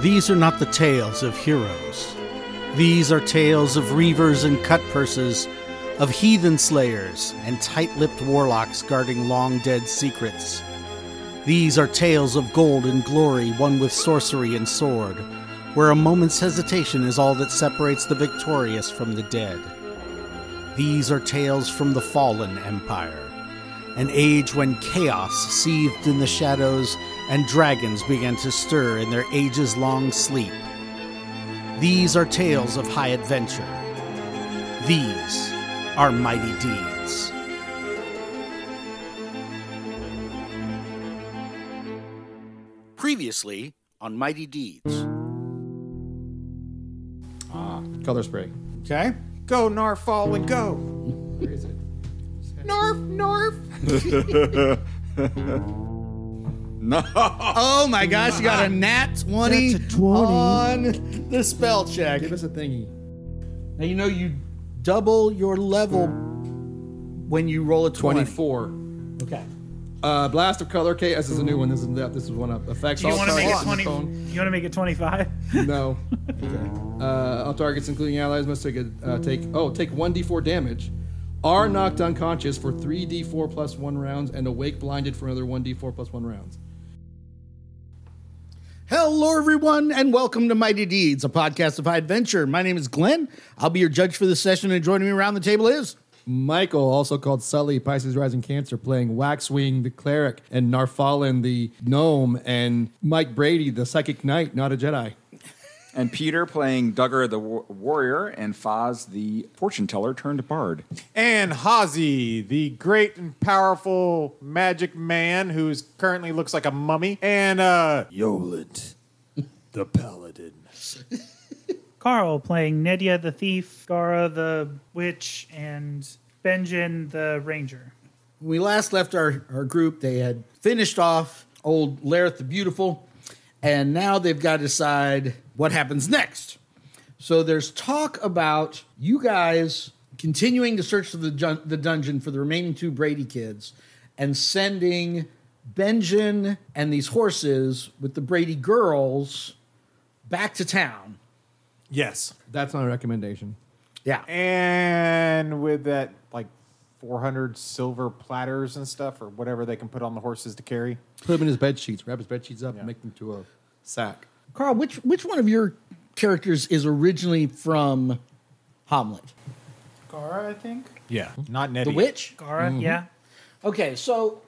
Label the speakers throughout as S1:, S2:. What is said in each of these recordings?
S1: These are not the tales of heroes. These are tales of reavers and cut purses, of heathen slayers and tight lipped warlocks guarding long dead secrets. These are tales of gold and glory won with sorcery and sword, where a moment's hesitation is all that separates the victorious from the dead. These are tales from the fallen empire, an age when chaos seethed in the shadows and dragons began to stir in their ages long sleep. These are tales of high adventure. These are mighty deeds. Previously on Mighty Deeds.
S2: Color spray.
S1: Okay.
S3: Go, Narfall, and go.
S2: Where is it?
S3: Narf, Narf.
S4: No.
S1: Oh my gosh, you got a nat 20, on the spell check.
S2: Give us a thingy.
S1: Now you know you double your level when you roll a 20.
S2: Twenty-four.
S1: Okay.
S2: Uh, blast of color. Okay, this is a new one. This is that. This is one up. Affects
S5: Do you
S2: all
S5: want to make
S2: targets
S5: it
S2: on
S5: twenty?
S2: the phone.
S5: You want to make it twenty-five?
S2: No. Uh, all targets, including allies, must take a uh, take. Oh, take one d4 damage. Are knocked unconscious for three d4 plus one rounds, and awake blinded for another one d4 plus one rounds.
S1: Hello, everyone, and welcome to Mighty Deeds, a podcast of high adventure. My name is Glenn. I'll be your judge for this session, and joining me around the table is.
S2: Michael, also called Sully, Pisces Rising Cancer, playing Waxwing the cleric, and Narfallen the gnome, and Mike Brady the psychic knight, not a Jedi.
S4: And Peter playing Duggar the wa- warrior and Foz the fortune teller turned bard.
S3: And Hazi, the great and powerful magic man who is currently looks like a mummy. And uh Yolent, the paladin.
S5: Carl playing Nedia the thief, Gara the witch, and Benjin the ranger.
S1: When we last left our, our group, they had finished off old Lareth the Beautiful, and now they've got to decide what happens next. So there's talk about you guys continuing to search the, dun- the dungeon for the remaining two Brady kids and sending Benjin and these horses with the Brady girls back to town.
S3: Yes.
S2: That's not a recommendation.
S1: Yeah.
S3: And with that like 400 silver platters and stuff or whatever they can put on the horses to carry.
S2: Put him in his bed sheets. Wrap his bed sheets up and make them to a sack.
S1: Carl, which, which one of your characters is originally from Hamlet?
S5: Gara, I think.
S3: Yeah. Not Nettie.
S1: The witch?
S2: Mm-hmm.
S5: Gara, yeah.
S1: Okay, so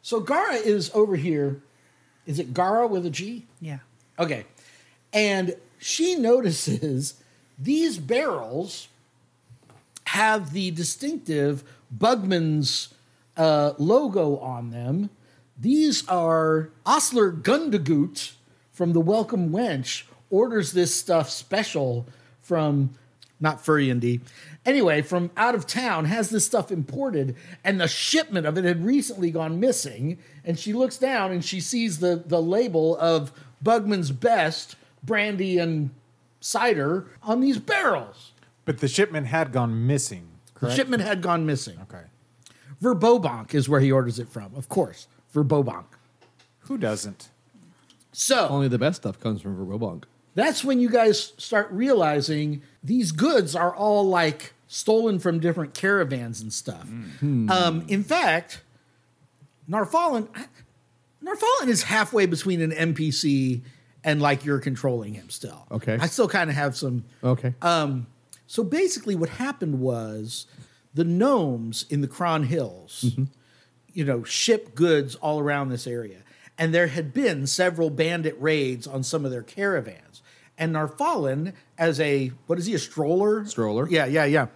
S1: so Gara is over here. Is it Gara with a G?
S5: Yeah.
S1: Okay. And she notices these barrels have the distinctive Bugman's uh, logo on them. These are Osler Gundagoot from the Welcome Wench orders this stuff special from not Furiandy. Anyway, from out of town has this stuff imported and the shipment of it had recently gone missing and she looks down and she sees the the label of Bugman's Best brandy and cider on these barrels.
S3: But the shipment had gone missing,
S1: The
S3: correct?
S1: shipment had gone missing.
S3: okay.
S1: Verbobonk is where he orders it from, of course. Verbobonk.
S3: Who doesn't?
S1: So
S2: Only the best stuff comes from Robonk.
S1: that's when you guys start realizing these goods are all like stolen from different caravans and stuff. Um, in fact, Narfallen, Narfallen is halfway between an NPC and like you're controlling him still.
S2: Okay.
S1: I still kind of have some.
S2: Okay.
S1: Um, so basically, what happened was the gnomes in the Cron Hills, you know, ship goods all around this area. And there had been several bandit raids on some of their caravans. And Narfallen, as a, what is he, a stroller?
S2: Stroller.
S1: Yeah, yeah, yeah.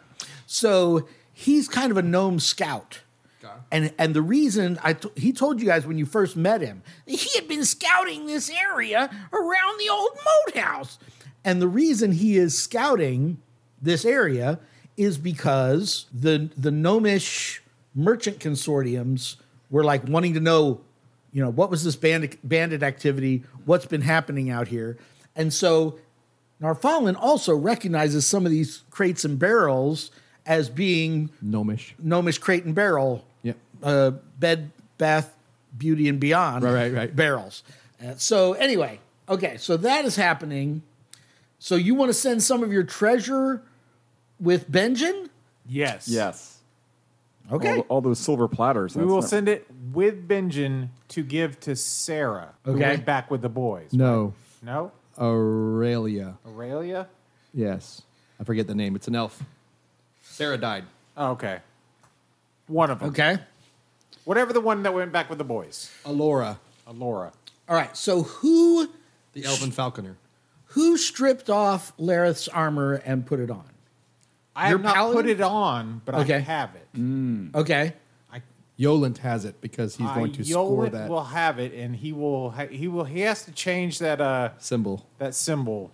S1: So he's kind of a gnome scout. And and the reason I t- he told you guys when you first met him, he had been scouting this area around the old moat house. And the reason he is scouting this area is because the the gnomish merchant consortiums were like wanting to know, you know, what was this bandit bandit activity? What's been happening out here? And so Narfallen also recognizes some of these crates and barrels as being
S2: Gnomish.
S1: gnomish crate and barrel
S2: Yep.
S1: uh, bed bath beauty and beyond
S2: Right, right, right.
S1: barrels Uh, so anyway Okay, so that is happening. So you want to send some of your treasure with Benjin?
S6: Yes.
S4: Yes.
S1: Okay.
S4: All, all those silver platters.
S3: We
S4: that's
S3: will
S4: not-
S3: send it with Benjin to give to Sarah, who
S1: Okay.
S3: went back with the boys.
S2: No,
S3: No?
S2: Aurelia.
S3: Aurelia?
S2: Yes, I forget the name. It's an elf. Sarah died.
S3: Oh, okay. One of them.
S1: Okay.
S3: Whatever the one that went back with the boys.
S2: Alora,
S6: Uh,
S3: Alora.
S1: All right. So who
S2: the elven falconer.
S1: who stripped off Lareth's armor and put it on?
S3: I
S1: Your
S3: have not
S1: paladin?
S3: put it on, but I
S1: Okay.
S3: have it.
S2: Hmm.
S1: Okay.
S2: Yoland has it because he's going
S3: I-
S2: to score
S3: Yolan
S2: that
S3: will have it, and he will. Ha- he will. He has to change that. Uh,
S2: symbol.
S3: that symbol.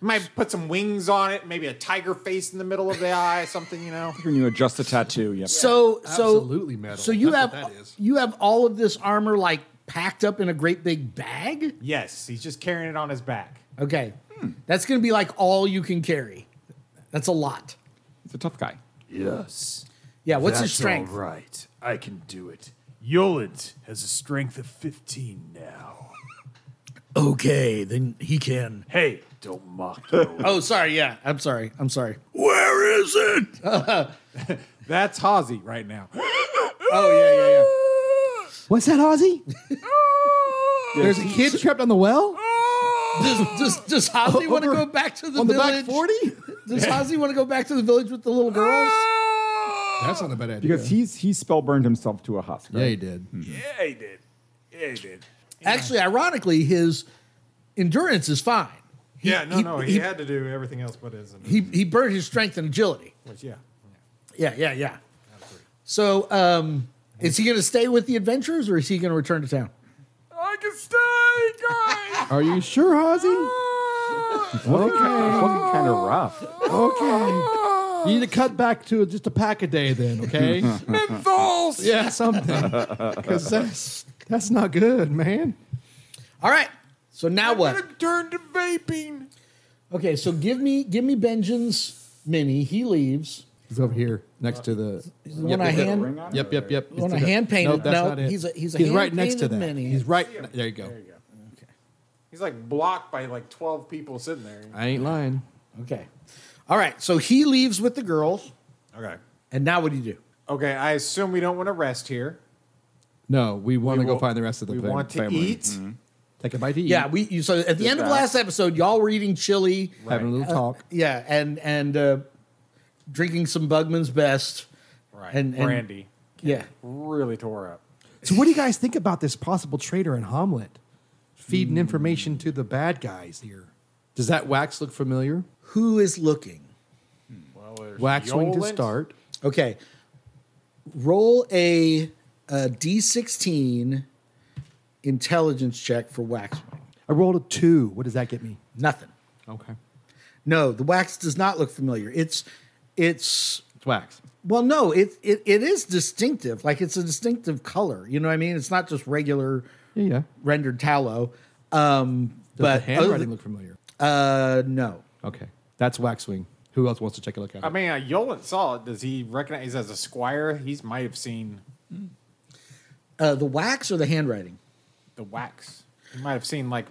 S3: Might put some wings on it, maybe a tiger face in the middle of the eye, something. You know.
S4: When you adjust the tattoo, yep.
S1: So so
S2: Absolutely metal.
S1: So you
S2: That's
S1: have
S2: what that is.
S1: you have all of this armor like packed up in a great big bag?
S3: Yes, he's just carrying it on his back.
S1: Okay.
S2: Hmm.
S1: That's going to be like all you can carry. That's a lot.
S4: It's a tough guy.
S6: Yes.
S1: Yeah, what's his strength?
S6: All right. I can do it. Yoland has a strength of 15 now.
S1: Okay, then he can.
S6: Hey, don't mock Yoland.
S1: Oh, sorry. Yeah, I'm sorry. I'm sorry.
S6: Where is it?
S3: That's Hazy right now.
S1: Oh, yeah, yeah, yeah.
S2: What's that, Ozzy? There's a kid trapped on the well
S1: Does does, does Hazi want to
S2: Over-
S1: go back to the
S2: on the
S1: village?
S2: back forty. Ah.
S1: Does Hazi want to go back to the village with the little girls?
S2: That's not a bad idea.
S4: Because he's he Hmm. spellburned himself to a husk.
S2: yeah, he
S4: Right?
S2: did.
S6: Yeah, he did. Yeah, he did.
S1: Actually, ironically, his endurance is fine.
S3: yeah, no,
S1: he-
S3: no, he,
S1: he-
S3: had to do everything else but his.
S1: He he burned his strength and agility.
S3: Which, yeah.
S1: Yeah, yeah, yeah. So, um, is he going to stay with the adventurers or is he going to return to town?
S6: I can stay, guys.
S2: Are you sure, Ozzy?
S4: It's looking kind of rough.
S2: Okay. You need to cut back to just a pack a day then, okay?
S6: Menthols.
S2: Uh-huh. yeah, something. Because that's, that's not good, man.
S1: All right. So now what?
S6: Turn to vaping.
S1: Okay, so give me give me Benjamin's mini. He leaves.
S2: He's over here next to the.
S1: The one I hand
S2: Yep, yep, yep.
S1: one I
S2: He's-
S1: hand painted.
S2: Nope, that's
S1: No,
S2: not it.
S1: he's a- he's a
S2: right next to
S1: hand-painted
S2: that.
S1: mini.
S2: He's right. There you go.
S3: He's like blocked by like twelve people sitting there.
S2: I ain't lying.
S1: Okay. All right. So he leaves with the girls.
S3: Okay.
S1: And now what do you do?
S3: Okay, I assume we don't want to rest here.
S2: No, we want to
S3: We
S2: go
S3: will-
S2: find the rest of the
S3: We
S2: fam-
S3: want to
S2: family. Mm-hmm.
S3: eat.
S2: Take a bite to eat.
S1: Yeah, we you, so at the end of
S4: that.
S1: last episode, y'all were eating chili.
S2: Having a little talk.
S1: Yeah, and and uh, drinking some Bugman's Best.
S3: Right.
S1: And- and-
S3: Brandy
S1: Yeah.
S3: really tore up.
S2: So, what do you guys think about this possible traitor in Hamlet feeding
S3: Hmm.
S2: information to the bad guys here? Does that wax look familiar?
S1: Who is looking?
S3: Well, there's
S2: Waxwing to
S3: Yoland.
S2: start.
S1: Okay. Roll a a d16 intelligence check for Waxwing.
S2: I rolled a two. What does that get me?
S1: Nothing.
S2: Okay.
S1: No, the wax does not look familiar. It's it's
S2: It's wax.
S1: well, no, it it, it is distinctive. Like it's a distinctive color. You know what I mean? It's not just regular
S2: Yeah, yeah.
S1: rendered tallow. Um,
S2: Does
S1: but
S2: the handwriting
S1: other-
S2: look familiar?
S1: uh, no.
S2: Okay. That's Waxwing. Who else wants to take a look at it?
S3: I mean, uh, Yolan saw it. Does he recognize as a squire? He's might have seen
S1: Uh, the wax or the handwriting?
S3: the wax. He might have seen like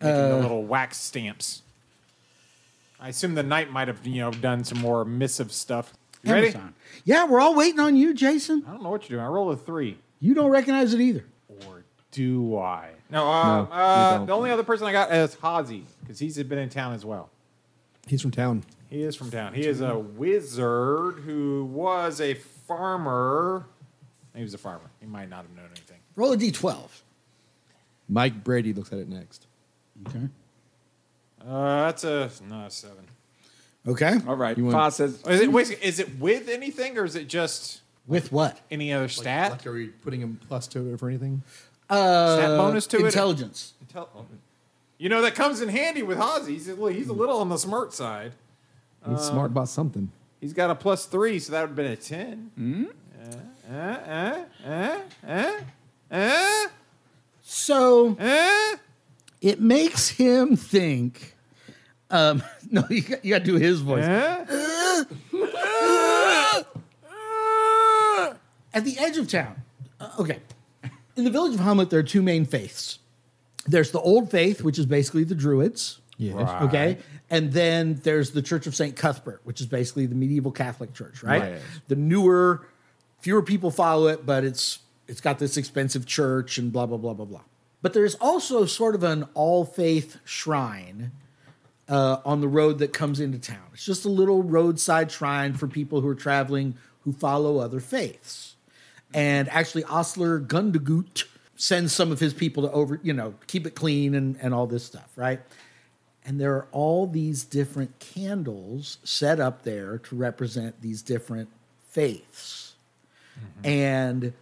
S3: making the little wax stamps. I assume the knight might have you know done some more missive stuff. You ready?
S1: Amazon. Yeah, we're all waiting on you, Jason.
S3: I don't know what you're doing. I rolled a three,
S1: You don't recognize it either.
S3: or do I? No. Uh,
S2: No, you
S3: uh,
S2: don't.
S3: the only other person I got is Hazi because he's been in town as well.
S2: He's from town.
S3: He is from town. He is a wizard who was a farmer. He was a farmer. He might not have known anything.
S1: Roll a d12.
S2: Mike Brady looks at it next.
S1: Okay.
S3: Uh, that's a no seven.
S1: Okay.
S4: All right.
S2: You
S4: Foz
S2: want-
S4: says,
S3: Is it wait, is it with anything or is it just
S1: With what?
S3: any other stat?
S2: are we putting a plus to it for anything?
S3: stat bonus to it?
S1: Intelligence.
S3: Intel- you know that comes in handy with Hazi. He's a little, he's a little on the smart side.
S2: He's smart about something.
S3: He's got a plus three, so that would have been a ten. Uh, uh, uh, uh, uh,
S1: So
S3: uh, uh.
S1: it makes him think. Um, no, you got, you got to do his voice. At the edge of town, uh, okay, in the village of Hamlet, there are two main faiths There's the Old Faith, which is basically the Druids.
S7: Yes.
S1: Okay. And then there's the Church of St. Cuthbert, which is basically the medieval Catholic church, right?
S7: Right.
S1: The newer, fewer people follow it, but it's it's got this expensive church and blah blah blah blah blah. But there's also sort of an all faith shrine uh, on the road that comes into town. It's just a little roadside shrine for people who are traveling who follow other faiths. And actually, Osler Gundagut sends some of his people to over, you know, keep it clean and, and all this stuff, right? And there are all these different candles set up there to represent these different faiths. And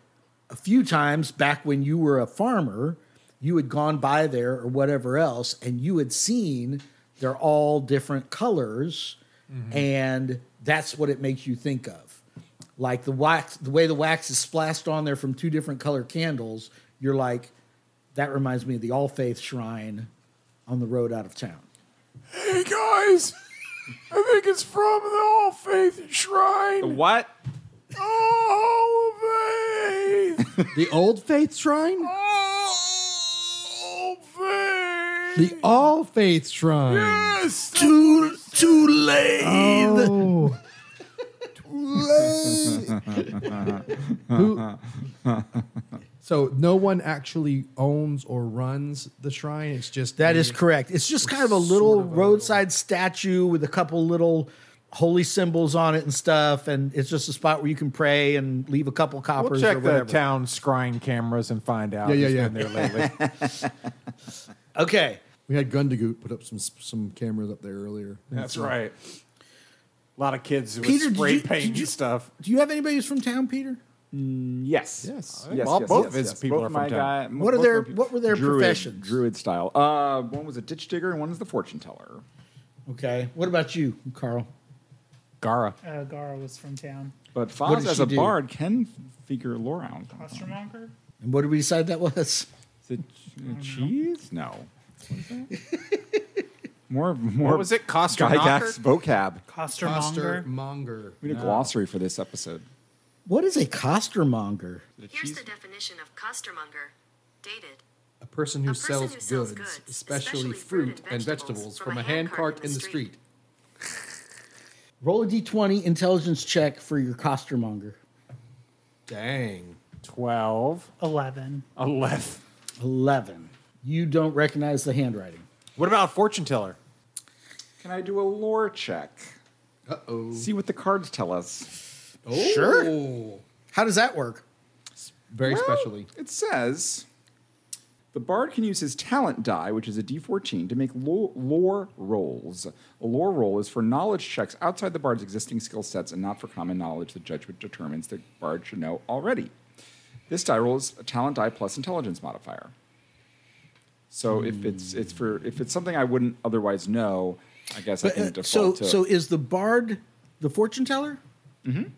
S1: a few times back when you were a farmer, you had gone by there or whatever else, and you had seen they're all different colors, and that's what it makes you think of. Like the wax, the way the wax is splashed on there from two different color candles, you're like, that reminds me of the All Faith Shrine on the road out of town.
S8: Hey guys, I think it's from the All Faith Shrine.
S4: What?
S8: All Faith.
S7: The Old Faith Shrine?
S8: All Faith.
S7: The All Faith Shrine.
S8: Yes.
S7: Too, too late. Oh.
S2: Who? So no one actually owns or runs the shrine. It's just
S1: That
S2: the-
S1: is correct. It's just kind of a little
S2: sort of a-
S1: roadside statue with a couple little holy symbols on it and stuff, and it's just a spot where you can pray and leave a couple coppers
S3: We'll
S1: or
S3: check the
S1: whatever.
S3: town scrying cameras and find out.
S2: Yeah, yeah,
S3: who's
S2: yeah.
S3: been there lately.
S1: Okay.
S2: We had Gundagoot put up some some cameras up there earlier.
S3: That's right. A lot of kids with
S1: Peter, did
S3: spray
S1: you-
S3: paint
S1: did you-
S3: and stuff.
S1: Do you have anybody who's from town, Peter?
S4: Yes.
S2: Yes.
S4: Yes.
S3: Well,
S4: yes,
S3: both
S4: yes,
S3: of his
S4: yes.
S3: people
S4: Both
S3: are
S4: my
S3: from town.
S4: guy- m-
S1: What are
S4: both
S1: their-
S4: my people-
S1: what were their
S4: Druid-
S1: professions?
S4: Druid style. Uh, one was a ditch digger and one was the fortune teller.
S1: Okay. What about you, Carl?
S3: Gara.
S5: Uh, Gara was from town.
S4: But Foz,
S1: What did
S4: as
S1: she
S4: a
S1: do?
S4: bard, can figure lore out.
S5: Costermonger?
S1: And what did we decide that was?
S4: Is it uh, cheese? No. What is that? more, more.
S3: What was it?
S4: Gygax
S3: Costa
S4: vocab.
S5: Costermonger?
S2: Monger.
S4: We need a glossary for this episode.
S1: What is a costermonger?
S9: Here's the definition of costermonger. Dated.
S10: A person who
S9: A person
S10: sells
S9: who
S10: goods,
S9: sells goods,
S10: especially
S9: especially
S10: fruit and vegetables, from a hand cart in the street.
S1: Roll a d20 intelligence check for your costermonger.
S10: Dang.
S3: 12.
S5: 11.
S3: 11.
S1: 11. You don't recognize the handwriting.
S3: What about fortune teller?
S4: Can I do a lore check? Uh oh. See what the cards tell us.
S1: Sure. How does that work?
S10: Very specially.
S4: It says the bard can use his talent die, which is a d14, to make lo- lore rolls. A lore roll is for knowledge checks outside the bard's existing skill sets and not for common knowledge the judgment determines the bard should know already. This die roll is a talent die plus intelligence modifier. So if it's it's for if it's something I wouldn't otherwise know, I guess I
S1: But,
S4: can
S1: uh,
S4: default to
S1: so, so is the bard the fortune teller? um,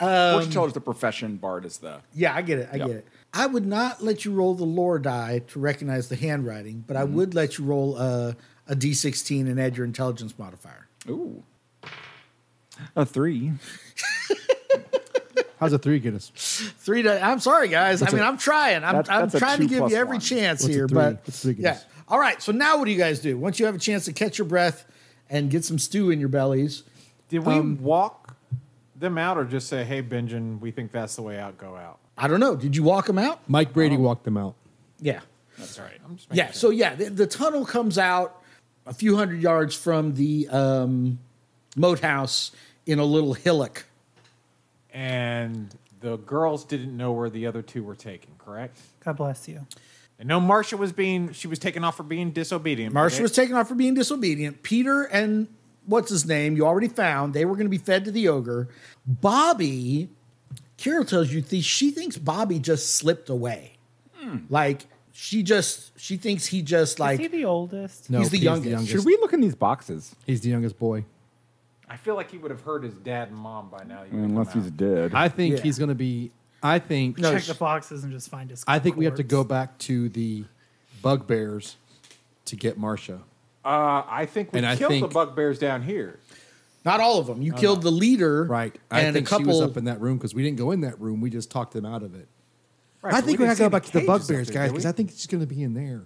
S4: fortune teller's the profession, bard is the
S1: Yeah, I get it. I
S4: Yep.
S1: get it. I would not let you roll the lore die to recognize the handwriting, but I would let you roll a, a d16 and add your intelligence modifier.
S4: ooh a three.
S2: How's a three get us?
S1: Three. To, I'm sorry, guys. I mean, i I'm trying. I'm,
S4: That's-
S1: I'm
S4: that's a
S1: trying to
S4: two
S1: give
S4: plus
S1: you every
S4: one.
S1: chance
S2: What's a
S1: here,
S2: three?
S1: but
S2: What's three give
S1: yeah.
S2: us?
S1: All right. So now, what do you guys do? Once you have a chance to catch your breath and get some stew in your bellies,
S3: Did we walk them out or just say, hey, Benjamin, we think that's the way out, go out?
S1: I don't know. Did you walk them out?
S2: Mike Brady walked them out.
S1: Yeah.
S3: That's right. I'm just
S1: Yeah. So yeah, the, the tunnel comes out a few hundred yards from the um, moat house in a little hillock.
S3: And the girls didn't know where the other two were taken, correct?
S5: God bless you.
S3: And no, Marcia was being, she was taken off for being disobedient.
S1: Marcia
S3: okay?
S1: was taken off for being disobedient. Peter and what's his name, you already found, they were going to be fed to the ogre. Bobby, Carol tells you th- she thinks Bobby just slipped away.
S2: Hmm.
S1: Like she just, she thinks he just
S5: Is he
S1: like
S5: the oldest?
S2: No,
S1: He's the youngest.
S4: Should we look in these boxes?
S2: He's the youngest boy.
S3: I feel like he would have heard his dad and mom by now. He would've
S4: Unless
S3: come
S4: he's
S3: out.
S4: dead.
S2: I think
S1: Yeah.
S2: he's gonna be. I think.
S5: Check the boxes and just find his.
S2: I think we have to
S5: corpse.
S2: go back to the bugbears to get Marcia.
S3: Uh, I think we
S2: And I
S3: killed
S2: think-
S3: the bugbears down here.
S1: not all of them. You killed the leader,
S2: Uh-huh. Right. I
S1: And
S2: think
S1: a couple.
S2: she was up in that room because we didn't go in that room. We just talked them out of it.
S3: Right,
S2: I
S3: but
S2: think
S3: we
S2: we are going
S3: didn't
S2: to
S3: see
S2: go
S3: any
S2: back to the
S3: cages up
S2: bugbears,
S3: there,
S2: guys,
S3: did we?
S2: because I think she's going to be in there.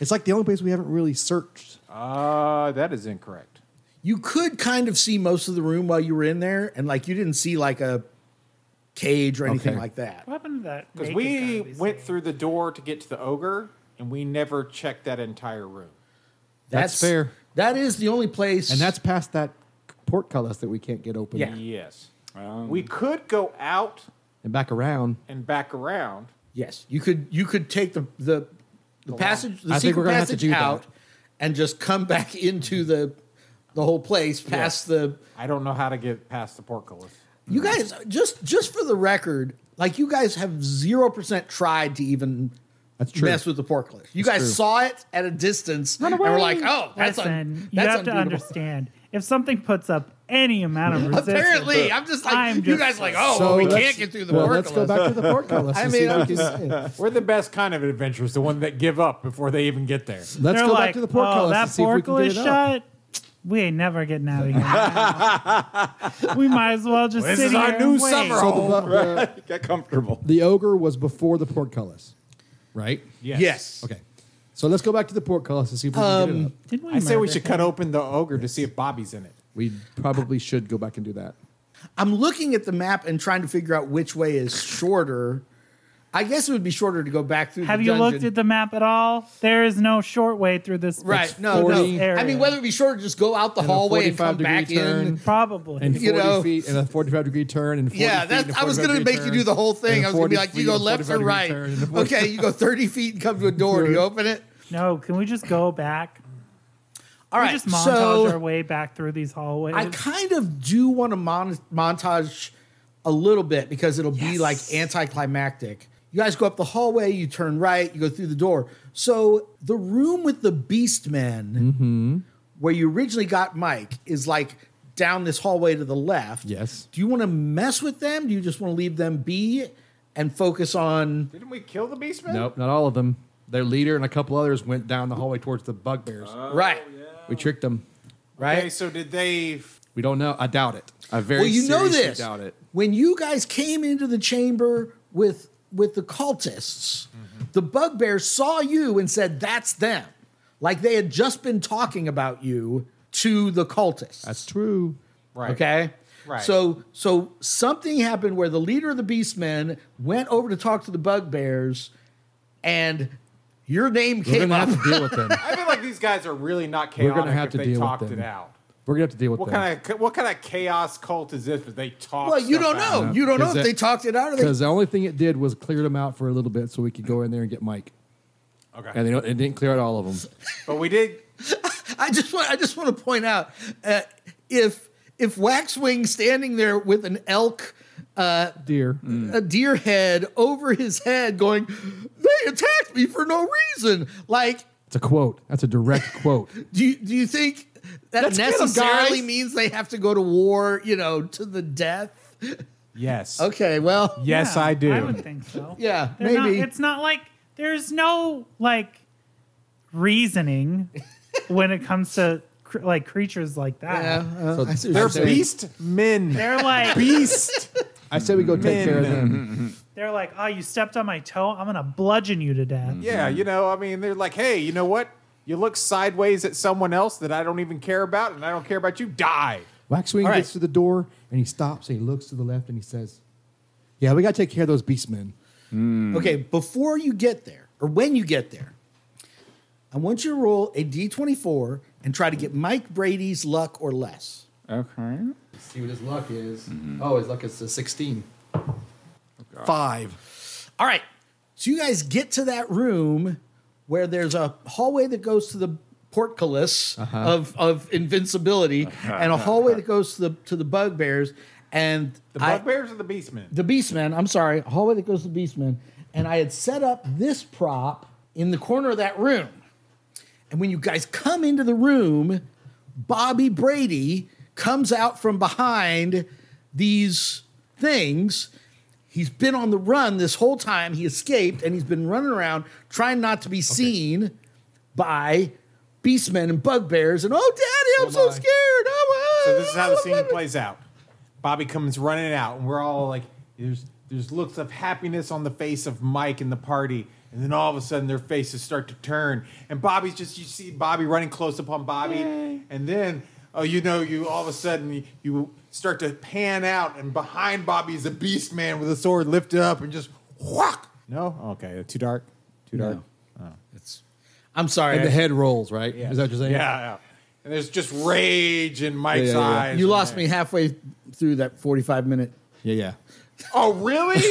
S2: It's like the only place we haven't really searched.
S3: Uh, that is incorrect.
S1: You could kind of see most of the room while you were in there, and like you didn't see like a cage or anything
S3: Okay.
S1: like that.
S5: What happened to that?
S3: Because
S5: naked
S3: we
S5: guy we
S3: went through the door to get to the ogre, and we never checked that entire room.
S2: That's fair.
S1: That is the only place,
S2: And that's past that portcullis that we can't get open.
S3: Yes. we could go out
S2: And back around.
S3: and back around.
S1: Yes, you could you could take the the, the passage the
S2: I think
S1: secret
S2: we're gonna have to
S1: passage
S2: do that.
S1: out and just come back into the the whole place past the
S3: I don't know how to get past the portcullis.
S1: you
S2: Mm-hmm.
S1: guys just just for the record like you guys have 0% tried to even
S2: That's true.
S1: mess with the portcullis you
S2: That's
S1: guys
S2: true.
S1: saw it at a distance and we're like oh that's
S5: Listen,
S1: un-
S5: you
S1: that's
S5: have to
S1: unbeatable."
S5: understand if something puts up any amount of resistance.
S1: apparently i'm just like
S5: I'm
S1: you
S5: just-
S1: guys are like oh
S2: So
S1: well, we
S2: let's-
S1: can't get through the
S2: well,
S1: portcullis
S2: let's go back to the portcullis.
S1: I
S2: and
S1: mean,
S2: see
S1: I'm
S2: what we can see.
S3: We're the best kind of adventurers, the one that give up before they even get there.
S2: Let's
S5: They're
S2: go
S5: like,
S2: back to the
S5: oh,
S2: portcullis
S5: that
S2: and see if we can
S5: portal
S2: get
S5: is
S2: it up.
S5: shut. We ain't never getting out of here. we might as well just
S3: This
S5: sit
S3: is
S5: here
S3: our
S5: and
S3: new
S5: wait.
S3: summer
S2: So
S3: home.
S2: the, the,
S4: Oh, Get comfortable.
S2: the ogre was before the portcullis, right?
S3: Yes.
S1: yes
S2: Okay. So let's go back to the portcullis and see if we can
S1: Um,
S2: get it up.
S5: Didn't we
S3: I say we
S5: murder
S3: should
S5: him?
S3: cut open the ogre to see if Bobby's in it.
S2: We probably should go back and do that.
S1: I'm looking at the map and trying to figure out which way is shorter. I guess it would be shorter to go back through.
S5: Have
S1: the
S5: you
S1: dungeon.
S5: looked at the map at all? There is no short way through this.
S1: right? No,
S5: 40
S1: no.
S5: area.
S1: I mean, whether it be shorter, just go out the
S2: a
S1: hallway and
S2: 45
S1: come
S2: degree
S1: back in.
S2: turn.
S5: Probably.
S2: And
S1: You
S2: 40
S1: know-
S2: feet and a 45 degree turn and 40
S1: Yeah,
S2: feet
S1: that's.
S2: and a
S1: I
S2: 45
S1: was going to
S2: degree
S1: make you
S2: turn
S1: do the whole thing.
S2: and
S1: I
S2: a
S1: was going
S2: 40
S1: to be like, you
S2: feet
S1: go
S2: and a
S1: left
S2: 45
S1: or
S2: degree
S1: right.
S2: turn and a 40
S1: Okay, you go 30 feet and come to a door. Do you open it?
S5: no, can we just go back?
S1: All right.
S5: we just montage our
S1: so
S5: way back through these hallways.
S1: I kind of do want to mon- montage a little bit because it'll be like anticlimactic. You guys go up the hallway, you turn right, you go through the door. So the room with the beast men, where you originally got Mike, is like down this hallway to the left.
S2: Yes.
S1: Do you want to mess with them? Do you just want to leave them be and focus on?
S3: Didn't we kill the beastman?
S2: Nope, not all of them. Their leader and a couple others went down the hallway towards the bugbears.
S4: Ah.
S1: right.
S2: we tricked them.
S1: Right.
S3: Okay, so did they?
S2: We don't know. I doubt it. I very
S1: well, you know
S2: seriously
S1: this.
S2: doubt it.
S1: When you guys came into the chamber with with the cultists,
S2: Mm-hmm.
S1: the bugbear saw you and said, "That's them." Like they had just been talking about you to the cultists.
S2: That's true.
S3: Right.
S1: Okay.
S3: Right.
S1: So so something happened where the leader of the beastmen went over to talk to the bugbears, and your name
S2: We're
S1: came
S2: gonna
S1: up.
S2: have to deal with them.
S3: I feel like these guys are really not
S2: We're
S3: chaotic
S2: gonna have
S3: if
S2: to
S3: they
S2: deal with
S3: talked
S2: them.
S3: it out.
S2: We're gonna have to deal with
S3: What
S2: them.
S3: kind of what kind of chaos cult is this? If they talk.
S1: Well, you
S3: stuff
S1: don't
S3: out?
S1: know. You don't know
S2: Because
S1: if
S2: that-
S1: they talked it out or they
S2: Because the only thing it did was cleared them out for a little bit, so we could go in there and get Mike.
S3: Okay.
S2: And they don't, it didn't clear out all of them.
S3: But we did.
S1: I just want I just want to point out uh, if if Waxwing standing there with an elk uh,
S2: Dear,
S1: a deer head over his head going they attacked me for no reason like
S2: it's a quote. That's a direct quote.
S1: do you, do you think that
S3: Let's get 'em,
S1: necessarily
S3: guys.
S1: means they have to go to war you know to the death
S3: Yes.
S1: okay well
S3: Yes,
S5: Yeah,
S3: I do.
S5: I would think so.
S1: yeah
S5: They're not-
S1: maybe
S5: it's not like there's no like reasoning when it comes to cr- like creatures like that.
S1: yeah, uh,
S2: So
S1: I see
S2: they're
S1: what you're
S3: They're
S1: saying.
S3: beast men.
S5: They're like
S3: Beast.
S2: I say we go take care of them.
S5: they're like, oh, you stepped on my toe. I'm gonna bludgeon you to death.
S4: Mm.
S3: Yeah, you know, I mean, they're like, hey, you know what? You look sideways at someone else that I don't even care about, and I don't care about you. Die.
S2: Waxwing
S1: All right.
S2: gets to the door and he stops and he looks to the left and he says, "Yeah, we gotta take care of those beastmen."
S1: Okay, before you get there, or when you get there, I want you to roll a d24 and try to get Mike Brady's luck or less.
S4: Okay.
S10: See what his luck is.
S2: Mm-hmm.
S10: Oh, his luck is a 16.
S2: Five.
S1: All right, so you guys get to that room where there's a hallway that goes to the portcullis
S3: Uh-huh.
S1: of, of invincibility and a hallway that goes to the, to the bugbears and
S3: The
S1: I-
S3: bugbears or the beastmen?
S1: the Beastman. I'm sorry, a hallway that goes to the Beastman, and I had set up this prop in the corner of that room. And when you guys come into the room, Bobby Brady comes out from behind these things. He's been on the run this whole time. He escaped and he's been running around trying not to be seen by beastmen and bugbears. And oh, daddy, I'm so
S2: my.
S1: scared. Oh,
S3: so this is how the scene
S1: plays.
S3: plays out. Bobby comes running out, and we're all like, "There's there's looks of happiness on the face of Mike and the party." And then all of a sudden their faces start to turn. And Bobby's just, you see Bobby running close upon Bobby. And then, oh, you know, you all of a sudden you, you start to pan out. And behind Bobby is a beast man with a sword lifted up and just whack. No? Okay. Too dark? Too dark? Oh.
S1: It's, I'm sorry.
S3: And the head
S2: rolls, right?
S3: Yeah.
S2: Is that what you're saying?
S3: Yeah, yeah. And there's just rage in Mike's
S2: Yeah, yeah, yeah.
S3: eyes.
S1: You lost me halfway through that 45 minute.
S2: Yeah, yeah.
S3: Oh, really?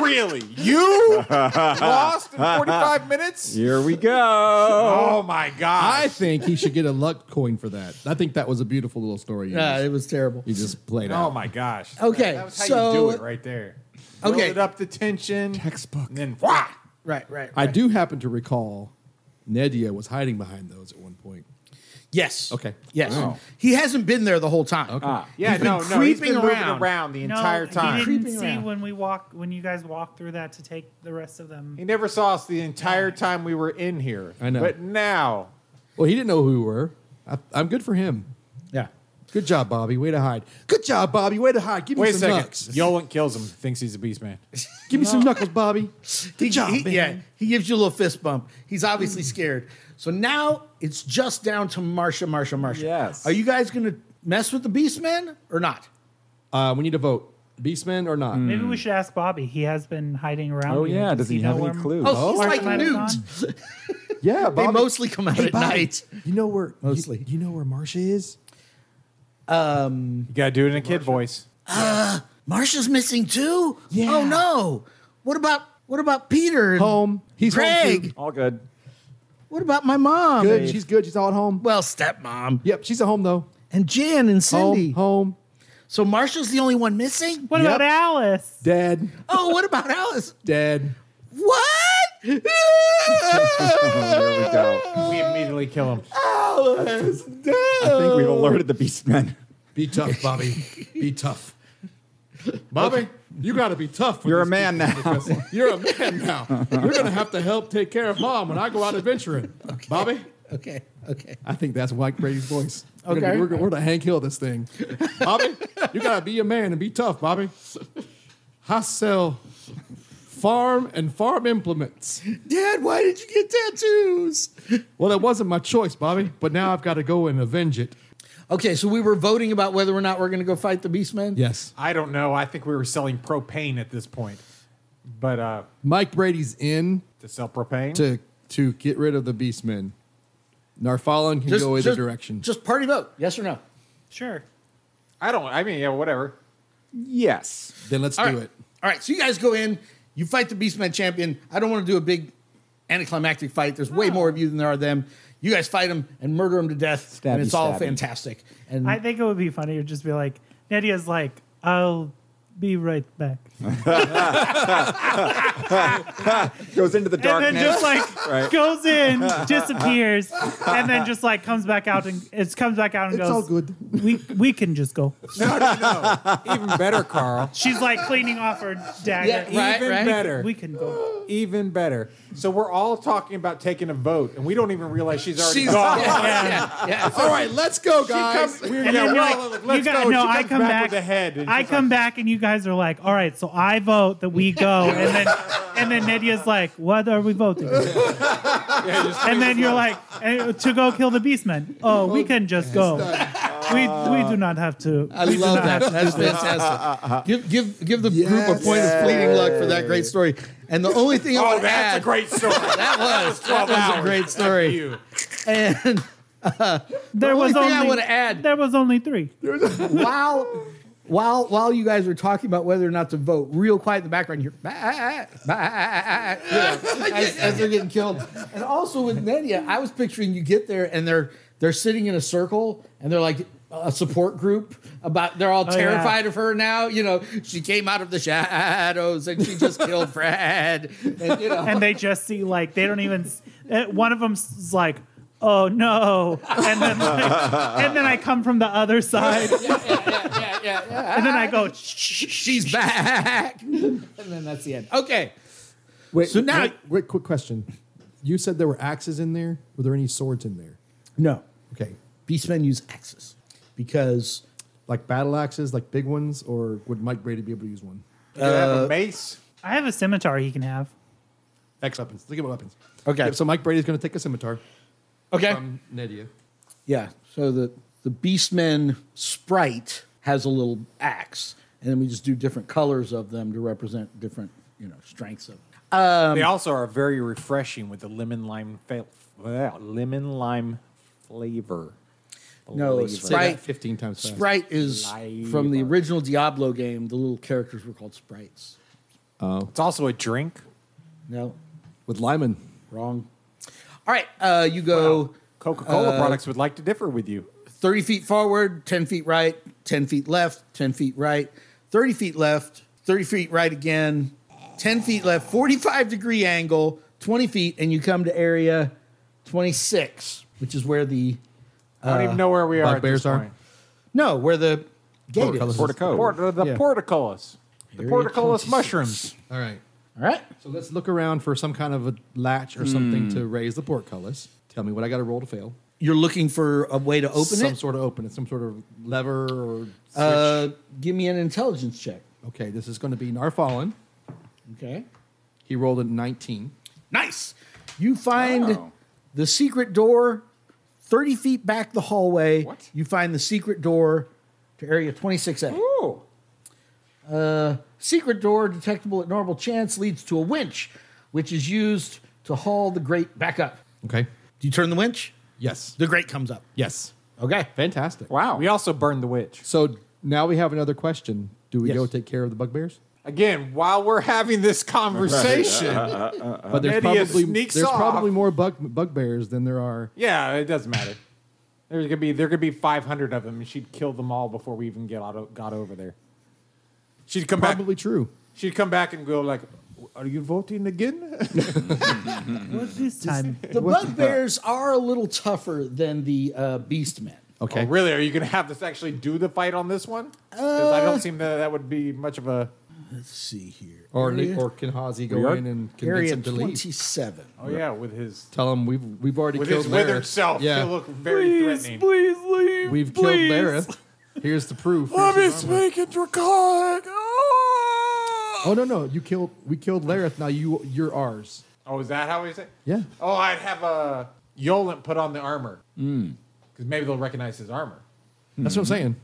S3: really? You lost in 45 minutes?
S4: Here we go.
S3: Oh, my God.
S2: I think he should get a luck coin for that. I think that was a beautiful little story. You,
S1: Yeah,
S2: just,
S1: it was terrible.
S2: you just played
S3: Oh
S2: out.
S3: my gosh.
S1: Okay,
S3: That, that was how
S1: so-
S3: you do it right there.
S1: Okay.
S3: Build it up the tension. Textbook. And then wah!
S1: Right, right.
S2: I
S1: right.
S2: do happen to recall Nedia was hiding behind those at one point.
S1: Yes.
S2: Okay.
S1: Yes.
S4: Wow.
S1: He hasn't been there the whole time.
S4: Ah.
S3: Yeah,
S1: He's been
S3: no, no. He's
S1: creeping
S3: been moving
S1: around.
S3: around, the entire
S5: no, He
S3: time. He,
S5: didn't
S1: Creeping
S5: see
S1: around.
S5: when we walk when you guys walked through that to take the rest of them.
S3: never saw us the entire time we were in here.
S2: I know.
S3: But now,
S2: Well, he didn't know who we were. I, I'm good for him.
S1: Yeah.
S2: Good job, Bobby. Way to hide. Good job, Bobby. Way to hide. Give me
S3: wait a
S2: some
S3: second.
S2: knuckles.
S3: Yolent kills him. Thinks he's a beast man.
S2: Give me some knuckles, Bobby.
S1: He- he- Yeah, he gives you a little fist bump. He's obviously scared. So now it's just down to Marsha, Marsha, Marsha.
S4: Yes.
S1: Are you guys going to mess with the Beastman or not?
S2: Uh, we need to vote. Beastman or not?
S3: Mm.
S5: Maybe we should ask Bobby. He has been hiding around.
S4: Mm. Oh
S5: here.
S4: yeah, does he
S5: know
S4: have any
S5: where-
S4: clues?
S1: Oh, he's
S5: Marshall
S1: like
S5: might have
S1: Newt.
S5: gone.
S2: Yeah,
S1: They mostly come out at night.
S2: You know where
S1: Mostly.
S2: You, you know where Marsha is?
S3: You gotta do it in a kid voice.
S1: Marsha's missing too?
S2: Yeah.
S1: Oh no. What about what about
S3: Oh,
S1: Peter? and
S2: Home. He's home,
S1: Craig.
S2: too.
S4: All good.
S1: What about my mom?
S2: Good.
S1: And-
S2: She's good. She's all at home.
S1: well, stepmom.
S2: Yep, she's at home though.
S1: And Jan
S2: Oh,
S1: and Cindy.
S2: Home, home,
S1: So Marsha's the only one missing?
S5: What about
S2: Yep.
S5: Alice?
S2: dead,
S1: Oh, what about Alice?
S2: dead.
S1: What?
S4: There we go.
S3: We immediately kill him.
S1: Alice,
S4: I think
S1: no.
S4: we've alerted the beastmen.
S2: Be tough, Bobby. be tough, Bobby. You got to be tough. with
S4: You're a
S2: these
S4: man
S2: people,
S4: now.
S2: because You're a man now. You're gonna have to help take care of mom when I go out adventuring, Bobby.
S1: Okay, okay.
S2: I think that's Mike Brady's voice. We're
S1: Okay.
S2: gonna, we're, gonna- we're gonna Hank Hill this thing, Bobby. you gotta be a man and be tough, Bobby. I sell farm and farm implements.
S1: Dad, why did you get tattoos?
S2: Well, that wasn't my choice, Bobby, but now I've got to go and avenge it.
S1: Okay, so we were voting about whether or not we're going to go fight the Beastmen?
S2: Yes.
S3: I don't know. I think we were selling propane at this point. But uh
S2: Mike Brady's in
S3: to sell propane.
S2: to to get rid of the Beastmen. Narfalon can go either direction.
S1: Just party vote, yes or no?
S5: Sure.
S3: I don't I mean, yeah, whatever.
S4: Yes.
S2: then let's
S1: All
S2: do
S1: right.
S2: it.
S1: All right, so you guys go in, you fight the Beastman champion. I don't want to do a big anticlimactic fight. There's
S2: Oh.
S1: way more of you than there are them. You guys fight him and murder him to death, and
S4: Stabby,
S1: it's all
S4: stabby.
S1: fantastic. And
S5: I think it would be funny to just be like, Nedia's like, I'll be right back.
S4: Goes into the darkness.
S5: And then just like
S4: Right.
S5: goes in, disappears, and then just like comes back out and it comes back out and
S2: It's
S5: goes.
S2: all good.
S5: We we can just go.
S3: Even better, Carl.
S5: She's like cleaning off her dagger.
S1: Yeah, right,
S3: Even
S1: right.
S3: better.
S5: We can go.
S3: Even better. So we're all talking about taking a vote, and we don't even realize she's already gone.
S1: yeah, yeah.
S2: All right, let's go,
S3: She
S2: guys.
S3: comes- we're-
S5: And
S3: yeah,
S5: then
S3: we're
S5: you're like,
S3: all like,
S5: you
S3: let's
S5: got,
S3: go.
S5: no,
S3: She
S5: I
S3: comes
S5: come
S3: back
S5: back.
S3: with a head, and
S5: I
S3: she's
S5: come
S3: like-
S5: back, and you guys are like, all right, so I vote that we go, and then and then Nedia's like, what are we voting? and then you're like, eh, to go kill the beastmen. Oh, we can just go. We
S3: Uh,
S5: we do not have to.
S1: I
S5: we do
S1: love
S5: not
S1: that.
S5: have to
S1: That's
S5: do this.
S1: fantastic. Give give give the group
S2: Yes.
S1: a point of fleeting luck for that great story. And the only thing I
S3: Oh,
S1: want to
S3: that's
S1: add
S3: a great story.
S1: that was that was a great story.
S3: You.
S1: And
S5: There
S1: only
S5: was
S1: thing
S5: only
S1: I wanna add-
S5: There was only three.
S1: while while while you guys were talking about whether or not to vote, real quiet in the background, you're bah, bah, you know, as, as they're getting killed. And also with Nedia, I was picturing you get there and they're they're sitting in a circle and they're like a support group about they're all
S5: yeah.
S1: terrified of her now. You know, she came out of the shadows and she just killed Fred. And you know
S5: and they just see like they don't even. eh, One of them's like, "Oh no!" And then like, and then I come from the other side, and then I go, "Shh."
S1: she's back. and then that's the end. Okay.
S2: Wait,
S1: So now-
S2: wait, wait, quick question. You said there were axes in there. Were there any swords in there?
S1: No.
S2: Okay,
S1: Beastmen use axes because
S2: like battle axes, like big ones, or would Mike Brady be able to use one?
S3: You have a mace.
S5: "I have a scimitar he can have."
S2: X weapons. Look at my weapons.
S1: Okay.
S2: Yep, so Mike Brady's going to take a scimitar
S1: Okay.
S2: from Nedia.
S1: Yeah. So the the Beastmen sprite has a little axe, and then we just do different colors of them to represent different you know strengths of. Them.
S3: they also are very refreshing with the lemon lime fa- well, lemon lime flavor.
S1: No,
S3: Flavor.
S2: Say that
S1: sprite.
S2: 15 times fast.
S1: Sprite is from the original Diablo game. The little characters were called sprites.
S3: It's also a drink.
S1: No,
S2: With Lyman.
S1: wrong. All right, uh, you go
S3: Coca Cola products would like to differ with you.
S1: thirty feet forward, ten feet right, ten feet left, ten feet right, thirty feet left, thirty feet right again, ten feet left, forty-five degree angle, twenty feet, and you come to area twenty-six, which is where the
S3: I don't even know where we are. At
S2: Bugbears
S3: this
S2: are?
S3: point.
S1: no, where the gate is. All
S4: Portico.
S3: Port- the the
S2: Yeah.
S3: portcullis. The
S1: Area
S3: portcullis mushrooms.
S2: All right.
S1: right,
S2: So let's look around for some kind of a latch or something
S1: Hmm.
S2: to raise the portcullis. Tell me what I got to roll to fail.
S1: you're looking for a way to open
S2: some
S1: it.
S2: sort of open it, some sort of lever or switch.
S1: uh, give me an intelligence check.
S2: okay, this is going to be Narfallen.
S1: Okay.
S2: He rolled a 19.
S1: Nice. You find
S4: Oh.
S1: the secret door 30 feet back the hallway.
S4: What?
S1: You find the secret door to area 26A.
S4: Ooh.
S1: Secret door detectable at normal chance leads to a winch, which is used to haul the grate back up.
S2: Okay.
S1: Do you turn the winch?
S2: Yes.
S1: The grate comes up.
S2: Yes.
S1: Okay.
S2: Fantastic.
S4: Wow.
S3: We also burned the witch.
S2: So now we have another question. Do we
S1: Yes.
S2: go take care of the bugbears?
S3: Again, while we're having this conversation,
S2: but there's
S3: Eddie is
S2: probably
S3: sneaks
S2: there's
S3: off.
S2: probably more bug bugbears than there are.
S3: yeah, it doesn't matter. There's gonna be there could be 500 of them, and she'd kill them all before we even get out of, got over there. She'd come back.
S2: Probably true.
S3: She'd come back and go like, "Are you voting again?"
S5: What this time?
S1: The bugbears are a little tougher than the uh, beastmen.
S2: Okay.
S3: Oh, really? Are you going to have us actually do the fight on this one? Because I
S2: Uh,
S3: don't seem that that would be much of a.
S1: Let's see here.
S2: Or
S1: area,
S2: or can Hazi go
S4: are-
S2: in and convince
S1: area
S2: him to leave?
S1: 27.
S3: Oh yeah, with his
S2: Tell him we've we've already
S3: with
S2: killed
S3: his withered
S2: Lareth.
S3: self,
S2: Yeah.
S3: he'll look very threatening.
S8: please leave.
S2: we've
S8: please.
S2: killed Lareth. Here's the proof.
S8: Let me
S2: Here's his armor.
S8: speak in Draconic. Oh!
S2: Oh no no! You killed we killed Lareth. Now you you're ours.
S3: Oh, is that how he said?
S2: Yeah.
S3: Oh, I'd have a Yolent put on the armor because
S2: Hmm.
S3: maybe they'll recognize his armor.
S2: That's what I'm saying.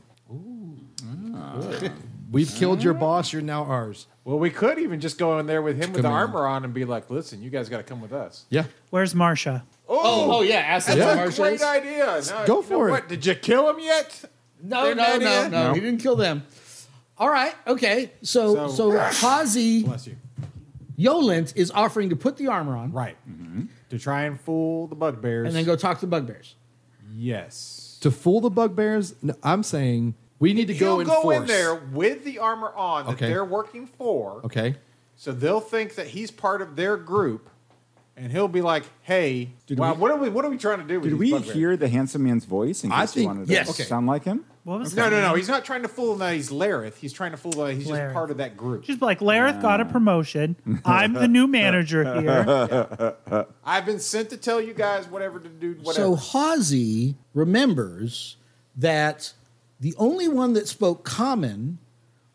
S2: We've killed your boss. You're now ours.
S3: Well, we could even just go in there with him with the
S2: Come in.
S3: armor on and be like, "Listen, you guys got to come with us."
S2: Yeah.
S5: Where's Marsha?
S1: Oh, yeah. Ask
S2: Yeah.
S1: the
S3: That's a great idea.
S2: Go
S3: Now, you know
S2: for it.
S3: What? Did you kill him yet?
S1: No,
S3: They're
S1: no,
S3: not
S1: no,
S3: in.
S1: no, He didn't kill them. All right. Okay. So, so,
S3: So-
S1: Hazi
S3: Bless you.
S1: Yolent is offering to put the armor on
S3: Right.
S2: Mm-hmm.
S3: To try and fool the bugbears.
S1: and then go talk to the bugbears.
S3: Yes.
S2: To fool the bugbears, no, I'm saying we need to go
S3: He'll
S2: in
S3: go
S2: force.
S3: in there with the armor on that
S2: Okay.
S3: they're working for.
S2: Okay.
S3: So they'll think that he's part of their group, and he'll be like, "Hey,
S4: Did
S3: wow,
S4: we-
S3: what are we? What are we trying to do?" with
S4: Did we
S3: these bugbears?"
S4: hear the handsome man's voice? In case
S2: I
S4: you
S2: think-
S4: wanted to
S1: yes.
S4: Sound like him?
S5: What was
S3: No,
S5: that?
S3: no, no. He's not trying to fool them that he's Lareth. He's trying to fool that he's
S5: Lareth.
S3: just part of that group.
S5: She's like, Lareth got a promotion. I'm the new manager here.
S3: I've been sent to tell you guys whatever to do.
S1: So
S3: Whatever.
S1: Hazi remembers that the only one that spoke common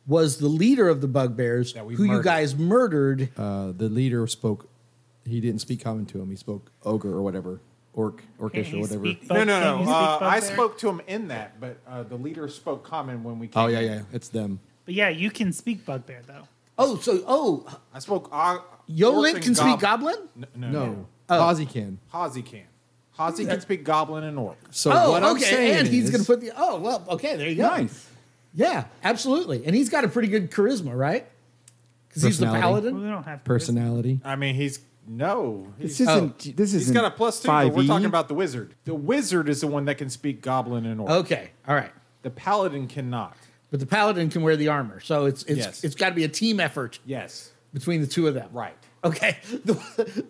S1: was the leader of the bugbears who
S3: we
S1: you
S3: murdered.
S1: guys murdered.
S2: Uh, the leader spoke. He didn't speak common to him. He spoke ogre or whatever, orc, orcish
S5: Can
S2: or
S5: you
S2: whatever.
S5: speak
S3: no,
S5: bug-
S3: no,
S5: can you
S3: no.
S5: speak
S3: Uh, I
S5: bugbear?
S3: spoke to him in that, but uh, the leader spoke common when we came.
S2: Oh yeah,
S3: in.
S2: yeah. It's them.
S5: But yeah, you can speak bugbear though.
S1: oh, so oh,
S3: I spoke. Uh, orc
S1: Yolent
S3: and
S1: can speak
S3: gob-
S1: goblin.
S3: No,
S1: Oh.
S3: no. no.
S2: No, Oh. Ozzy can.
S3: Hazi can. Hazi can speak Goblin and Orc.
S2: So
S1: oh,
S2: what
S1: okay,
S2: I'm saying
S1: and he's
S2: is-
S1: going to put the oh well, okay, there you go.
S4: Nice.
S1: Yeah, absolutely. And he's got a pretty good charisma, right? Because he's the
S2: Personality.
S5: Well, we
S1: paladin.
S5: don't have
S2: personality.
S3: I mean, he's no. He's,
S4: This isn't. This
S3: Oh. he's
S4: isn't. E.
S3: got a plus two. But we're
S4: 5e.
S3: talking about the wizard. The wizard is the one that can speak goblin and orc.
S1: Okay, all right.
S3: The paladin cannot.
S1: But the paladin can wear the armor, so it's it's
S3: Yes.
S1: it's got to be a team effort
S3: Yes,
S1: between the two of them.
S3: right.
S1: Okay. The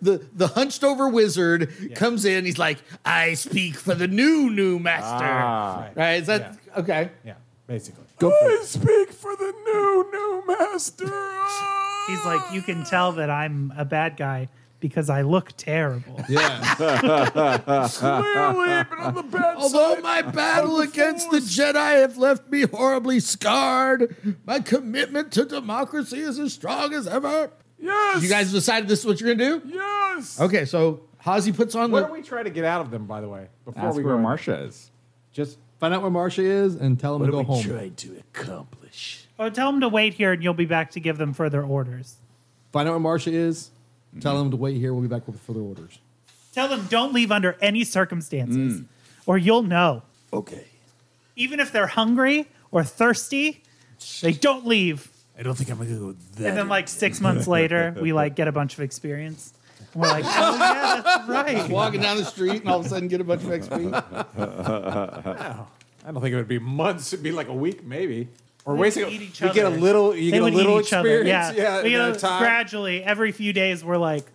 S1: the, the hunched over wizard comes in. He's like, "I speak for the new new master."
S4: Uh,
S3: Ah.
S1: right? Is that okay?
S3: Yeah, basically.
S2: Go for it.
S8: speak for the new, new master. Ah!
S5: He's like, you can tell that I'm a bad guy because I look terrible.
S2: Yeah.
S8: Clearly, but on the bad
S1: Although my battle against the Jedi have left me horribly scarred, my commitment to democracy is as strong as ever.
S3: Yes.
S1: You guys decided this is what you're gonna do?
S3: Yes.
S1: Okay, so Hazi puts on
S3: What
S1: the
S3: do we try to get out of them, by the way? Before
S4: Ask
S3: we
S4: where
S3: go in?
S4: Marsha is.
S10: Just find out where Marcia is and tell him
S8: What
S10: to
S8: are
S10: go
S8: we
S10: home.
S8: trying to accomplish?
S5: Oh, tell them to wait here, and you'll be back to give them further orders.
S10: Find out where Marcia is. Tell him to wait here. We'll be back with further orders.
S5: Tell them don't leave under any circumstances,
S3: Mm.
S5: or you'll know.
S8: Okay.
S5: Even if they're hungry or thirsty, they don't leave.
S8: I don't think I'm gonna go that.
S5: And then, like six months later, we like get a bunch of experience. And we're like, oh yeah, that's right.
S1: walking down the street and all of a sudden get a bunch of XP.
S3: I don't think it would be months. It'd be like a week, maybe. Or
S5: They
S3: wasting.
S5: would eat each
S3: You get a
S5: other.
S3: little. You
S5: they
S3: get a
S5: would
S3: little
S5: eat each other.
S3: experience.
S5: Yeah,
S3: Yeah.
S5: We
S3: at
S5: go-
S3: a time.
S5: gradually every few days we're like,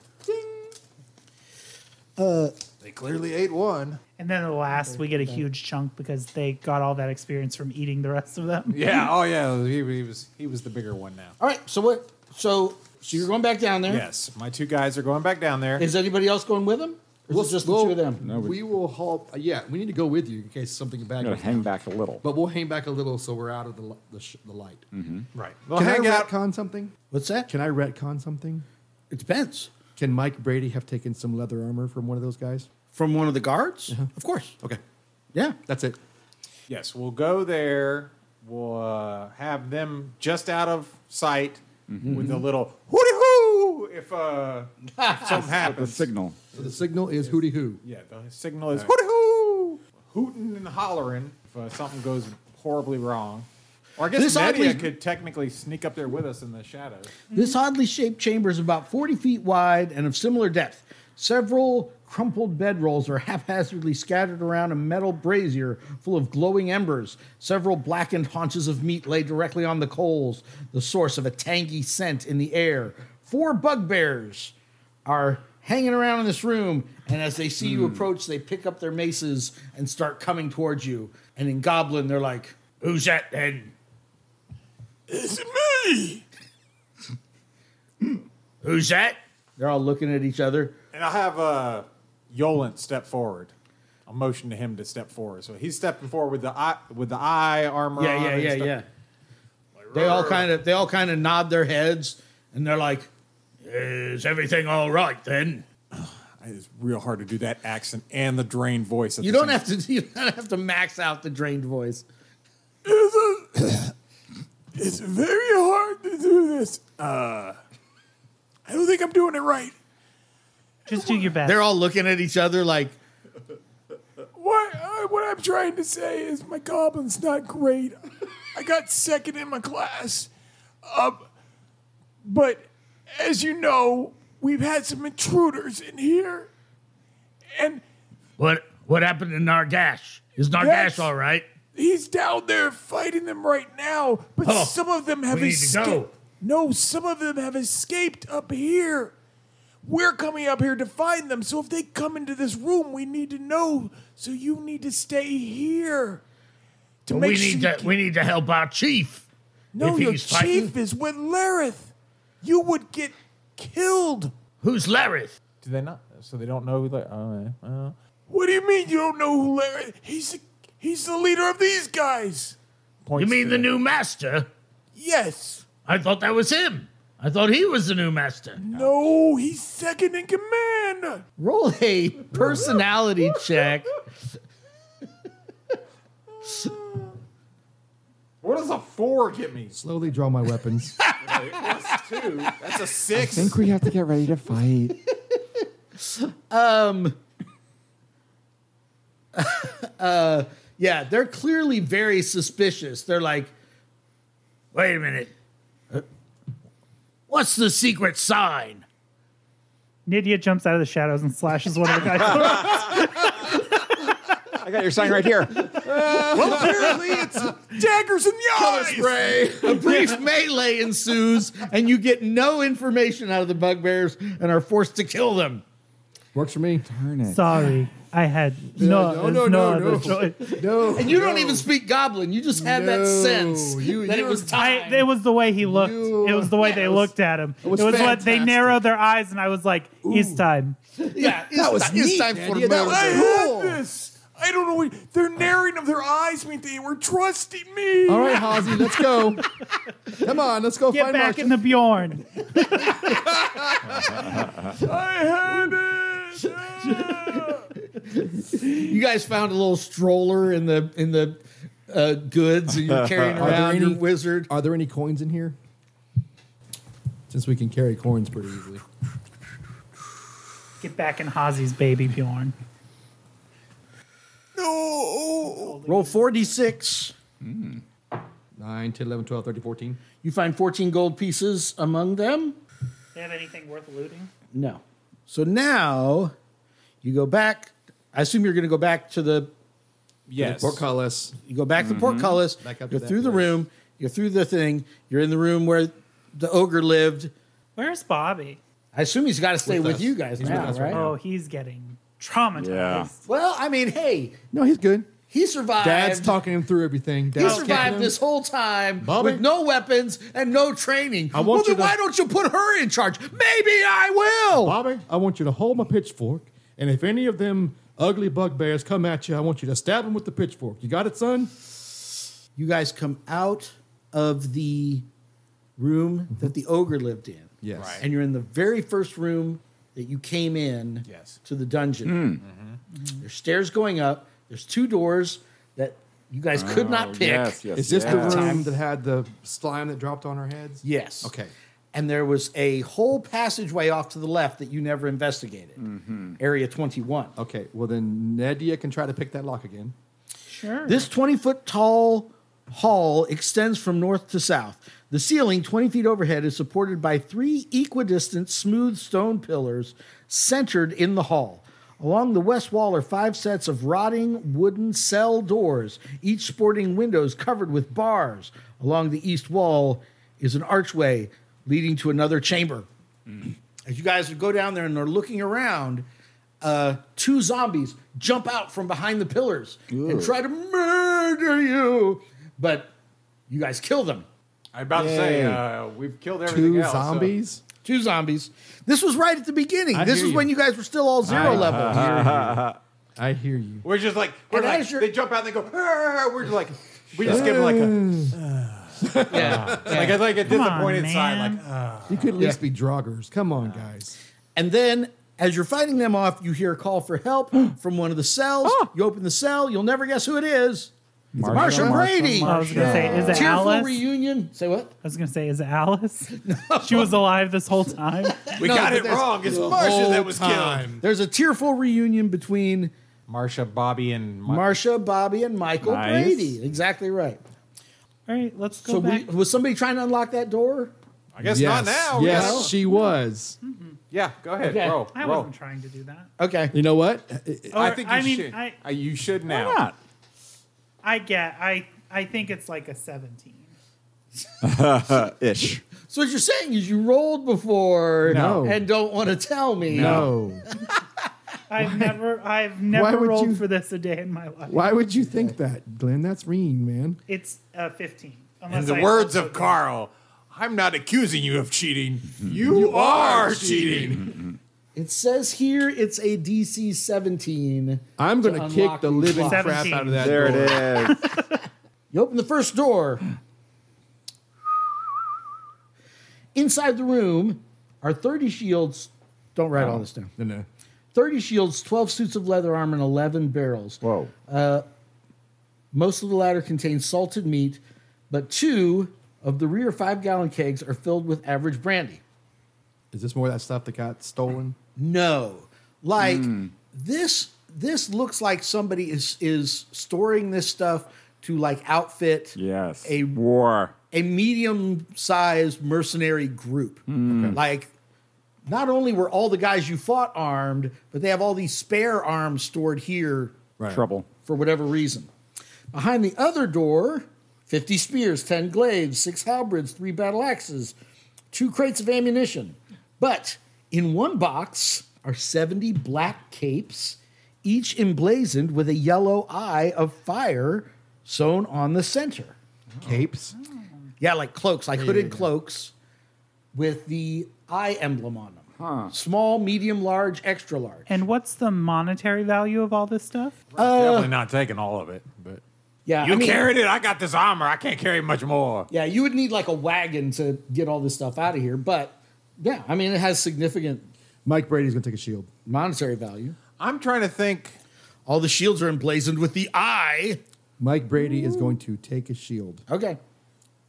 S3: They clearly ate one.
S5: and then the last we get a huge chunk because they got all that experience from eating the rest of them.
S3: Yeah. Oh yeah. He, he was. He was the bigger one now.
S1: All right, so what so so you're going back down there? Is
S3: Yes. My two guys are going back down there.
S1: anybody else going with him? Or is it just the two of them?
S4: No,
S10: we,
S4: we-
S10: will haul. uh, yeah, we need to go with you in case something bad.
S4: I'm gonna
S10: goes
S4: hang
S10: down.
S4: back a little.
S10: But we'll hang back a little so we're out of the li- the, sh- the light.
S1: Mm-hmm.
S3: Right. They'll
S10: Can
S3: hang
S10: I
S3: out.
S10: retcon something?
S1: What's that?
S10: Can I retcon something?
S1: It depends.
S10: Can Mike Brady have taken some leather armor from one of those guys?
S1: From one of the guards? Of course.
S10: Okay,
S1: Yeah.
S10: that's it.
S3: Yes, we'll go there. We'll uh, have them just out of sight
S1: Mm-hmm.
S3: with a little hooty hoo if, uh, if something
S4: The
S3: happens.
S4: signal.
S10: So the signal is hooty hoo.
S3: yeah, the signal is hooty hoo, hooting and hollering if uh, something goes horribly wrong. Or I guess
S1: This
S3: Nadia
S1: oddly-
S3: could technically sneak up there with us in the shadows.
S1: This oddly shaped chamber is about 40 feet wide and of similar depth. Several crumpled bedrolls are haphazardly scattered around a metal brazier full of glowing embers. Several blackened haunches of meat lay directly on the coals, the source of a tangy scent in the air. Four bugbears are hanging around in this room, and as they see
S8: Hmm.
S1: you approach, they pick up their maces and start coming towards you. And in Goblin, they're like, Who's that then?
S8: It's me.
S1: Who's that? They're all looking at each other.
S3: And I'll have uh, Yolent step forward. I'll motion to him to step forward. So he's stepping forward with the eye, with the eye armor on.
S1: Yeah, yeah,
S3: and
S1: yeah,
S3: stuff.
S1: yeah. They all kind of they all kind of nod their heads and they're like, "Is everything all right then?"
S3: It's real hard to do that accent and the drained voice. At
S1: You
S3: the
S1: don't
S3: same
S1: have to you don't have to max out the drained voice.
S8: It's very hard to do this. Uh, I don't think I'm doing it right.
S5: Just do your best.
S1: They're all looking at each other like,
S8: What uh, what I'm trying to say is my goblin's not great. I got second in my class. Um, but as you know, we've had some intruders in here, and
S1: "What what happened to Nargash? Is
S8: Yes.
S1: right?"
S8: he's down there fighting them right now. But
S1: Oh,
S8: some of them have
S1: we need to go.
S8: escaped. No, some of them have escaped up here. We're coming up here to find them. So if they come into this room, we need to know. So you need to stay here to make sure you can-
S1: need to help our chief.
S8: No,
S1: If
S8: your
S1: he's fighting-
S8: chief is with Lareth. You would get killed.
S1: Who's Larith?
S3: Do they not? So they don't know. who Like, oh, eh, well.
S8: What do you mean you don't know who Lareth? He's the, he's the leader of these guys.
S3: Points to it.
S1: master?
S8: Yes.
S1: I thought that was him. I thought he was the new master.
S8: No, he's second in command.
S1: Roll a personality check.
S3: What does a four get me?
S10: Slowly draw my weapons.
S3: That's two. That's a six.
S4: we have to get ready to fight.
S1: Yeah, they're clearly very suspicious. They're like, wait a minute. What's the secret sign?
S5: Nydia jumps out of the shadows and slashes one of the guys.
S4: I got your sign right here.
S8: Apparently, it's daggers in the eyes.
S1: A brief melee ensues, and you get no information out of the bugbears and are forced to kill them.
S10: Works for me.
S5: Sorry, I had no, no, no, other choice.
S10: No,
S1: And you don't even speak goblin. You just had that
S10: No,
S1: sense
S2: Oh,
S10: you-
S1: that it
S10: you-
S1: was time.
S5: I, it was the way he looked.
S10: You-
S5: it was the way
S1: Yeah,
S5: they
S1: it was-
S5: looked at him. It
S10: was
S5: was, what they
S10: fantastic.
S5: narrowed their eyes, and I was like, "It's time."
S1: yeah, it's, that was it's time for
S10: Andy, that was
S1: melee.
S8: I had this. I don't know what they're narrating of their eyes mean they were trusting me.
S2: All right, Hazy, let's go. Come on, let's go
S5: Get
S2: find
S5: back
S2: Marcia.
S5: in the Bjorn.
S8: I had it. Yeah.
S1: You guys found a little stroller in the in the uh, goods, and you're carrying
S2: Are there
S1: around
S2: any-
S1: your wizard.
S2: Are there any coins in here? Since we can carry coins pretty easily.
S5: Get back in Hazi's baby Bjorn.
S8: no.
S1: Roll four d six.
S2: 9, 10, 11, 12, 13, 14.
S1: You find fourteen gold pieces among them.
S5: They have anything worth looting?
S1: No. So now you go back. I assume you're going to go back to the
S3: Yes.
S2: Portcullis.
S1: You go Mm-hmm. back to the portcullis.
S2: Back up to
S1: you're
S2: that
S1: through the
S2: place.
S1: room. You're through the thing. You're in the room where the ogre lived.
S5: Where's Bobby?
S1: I assume he's got to stay
S2: With
S1: with,
S2: us.
S1: you guys
S2: He's
S1: now,
S2: with us
S1: right?
S2: right
S5: Oh, he's getting traumatized.
S4: Yeah.
S1: Well, I mean, hey,
S2: No, he's good.
S1: he survived.
S2: Dad's talking him through everything.
S1: He
S2: Dad's kicking
S1: survived
S2: him.
S1: this whole time
S2: Bobby?
S1: with no weapons and no training.
S2: I want
S1: well,
S2: you
S1: then
S2: to-
S1: why don't you put her in charge? Maybe I will.
S2: Bobby, I want you to hold my pitchfork, and if any of them ugly bugbears come at you, I want you to stab them with the pitchfork. You got it, son?
S1: You guys come out of the room that the ogre lived in.
S2: Mm-hmm. Yes. Right.
S1: And you're in the very first room that you came in
S3: Yes.
S1: to the
S2: Hmm.
S1: dungeon. Mm-hmm. There's stairs going up, there's two doors that you guys
S2: Oh,
S1: could not pick.
S4: Yes, yes.
S2: Is this the
S4: yes.
S2: room that had the slime that dropped on our heads?
S1: Yes.
S2: Okay.
S1: And there was a whole passageway off to the left that you never investigated.
S2: Mm-hmm.
S1: Area 21.
S2: Okay. Well, then Nedia can try to pick that lock again.
S5: Sure.
S1: This 20 foot tall hall extends from north to south. The ceiling, 20 feet overhead, is supported by three equidistant smooth stone pillars centered in the hall. Along the west wall are five sets of rotting wooden cell doors, each sporting windows covered with bars. Along the east wall is an archway leading to another chamber. As you guys go down there and are looking around, uh, two zombies jump out from behind the pillars and try to murder you. But you guys kill them.
S3: I'm about to say uh, we've killed everything
S2: Two
S3: else. so-
S2: zombies.
S1: Two zombies. This was right at the beginning.
S2: I
S1: this
S2: hear
S1: was
S2: you.
S1: when you guys were still all zero level.
S2: I hear you.
S3: We're just like we're
S1: And
S3: like
S1: as you're-
S3: they jump out and they go. "Arr!" We're just like we just give them like a
S1: Yeah.
S3: like a, like a
S5: on,
S3: disappointed sigh.
S5: man.
S3: Like uh,
S2: You could at least be droggers. Come on, guys.
S1: And then as you're fighting them off, you hear a call for help from one of the cells. You open the cell. You'll never guess who it is. Marsha, Brady.
S5: I was gonna say, is it
S1: Tearful
S5: Alice?
S1: reunion. Say what?
S5: I was gonna say, is it Alice? She was alive this whole time.
S3: we got it wrong. It's Marsha that was killed.
S1: There's a tearful reunion between
S3: Marsha, Bobby, and
S1: Marsha, Bobby, and Michael
S4: Nice.
S1: Brady. Exactly right.
S5: All right, let's go
S1: So we,
S5: back.
S1: was somebody trying to unlock that door?
S3: I guess
S2: yes.
S3: not now. We
S2: Yes,
S3: gotta-
S2: she was.
S3: Yeah. Go ahead,
S1: Okay.
S3: bro.
S5: I
S3: bro.
S5: wasn't trying to do that.
S1: Okay.
S2: You know what?
S3: I
S5: Or,
S3: think you
S5: I mean,
S3: should.
S5: I-
S3: Uh, you should now.
S4: Why not?
S5: I get. I I think it's like a seventeen.
S4: Ish.
S1: So what you're saying is you rolled before
S2: No.
S1: and don't want to tell me.
S2: No.
S5: I've never I've never
S2: would
S5: rolled
S2: you-
S5: for this a day in my life.
S2: Why would you think that, Glenn? That's mean, man.
S5: It's a fifteen.
S3: In
S5: Unless
S3: the
S5: I
S3: words
S5: also
S3: of
S5: do-
S3: Carl, I'm not accusing you of cheating. You, are cheating.
S1: It says here it's a DC 17.
S2: I'm going to
S1: unlock
S2: kick the
S1: these
S2: living
S1: locks.
S2: crap out of that
S4: There
S2: door.
S4: it is.
S1: You open the first door. Inside the room are 30 shields. Don't write all this down.
S2: No, no.
S1: 30 shields, 12 suits of leather armor, and 11 barrels.
S4: Whoa.
S1: Most of the latter contain salted meat, but two of the rear five gallon kegs are filled with average brandy.
S2: Is this more of that stuff that got stolen?
S1: No. Like this this looks like somebody is is storing this stuff to like outfit
S4: Yes.
S1: a
S4: war.
S1: a medium sized mercenary group. Like, not only were all the guys you fought armed, but they have all these spare arms stored here
S4: Trouble.
S1: for whatever reason. Behind the other door, 50 spears, 10 glaives, 6 halberds, 3 battle axes, 2 crates of ammunition. But in one box are 70 black capes, each emblazoned with a yellow eye of fire sewn on the center.
S2: Capes?
S1: Yeah, like cloaks, like hooded cloaks with the eye emblem on them. Small, medium, large, extra large.
S5: And what's the monetary value of all this stuff?
S3: Definitely not taking all of it, but
S1: Yeah,
S3: you
S1: I mean-
S3: carried it. I got this armor. I can't carry much more.
S1: Yeah, you would need like a wagon to get all this stuff out of here. But yeah, I mean, it has significant
S2: Mike Brady's gonna take a shield.
S1: monetary value.
S3: I'm trying to think.
S1: All the shields are emblazoned with the eye.
S2: Mike Brady is going to take a shield,
S1: Okay.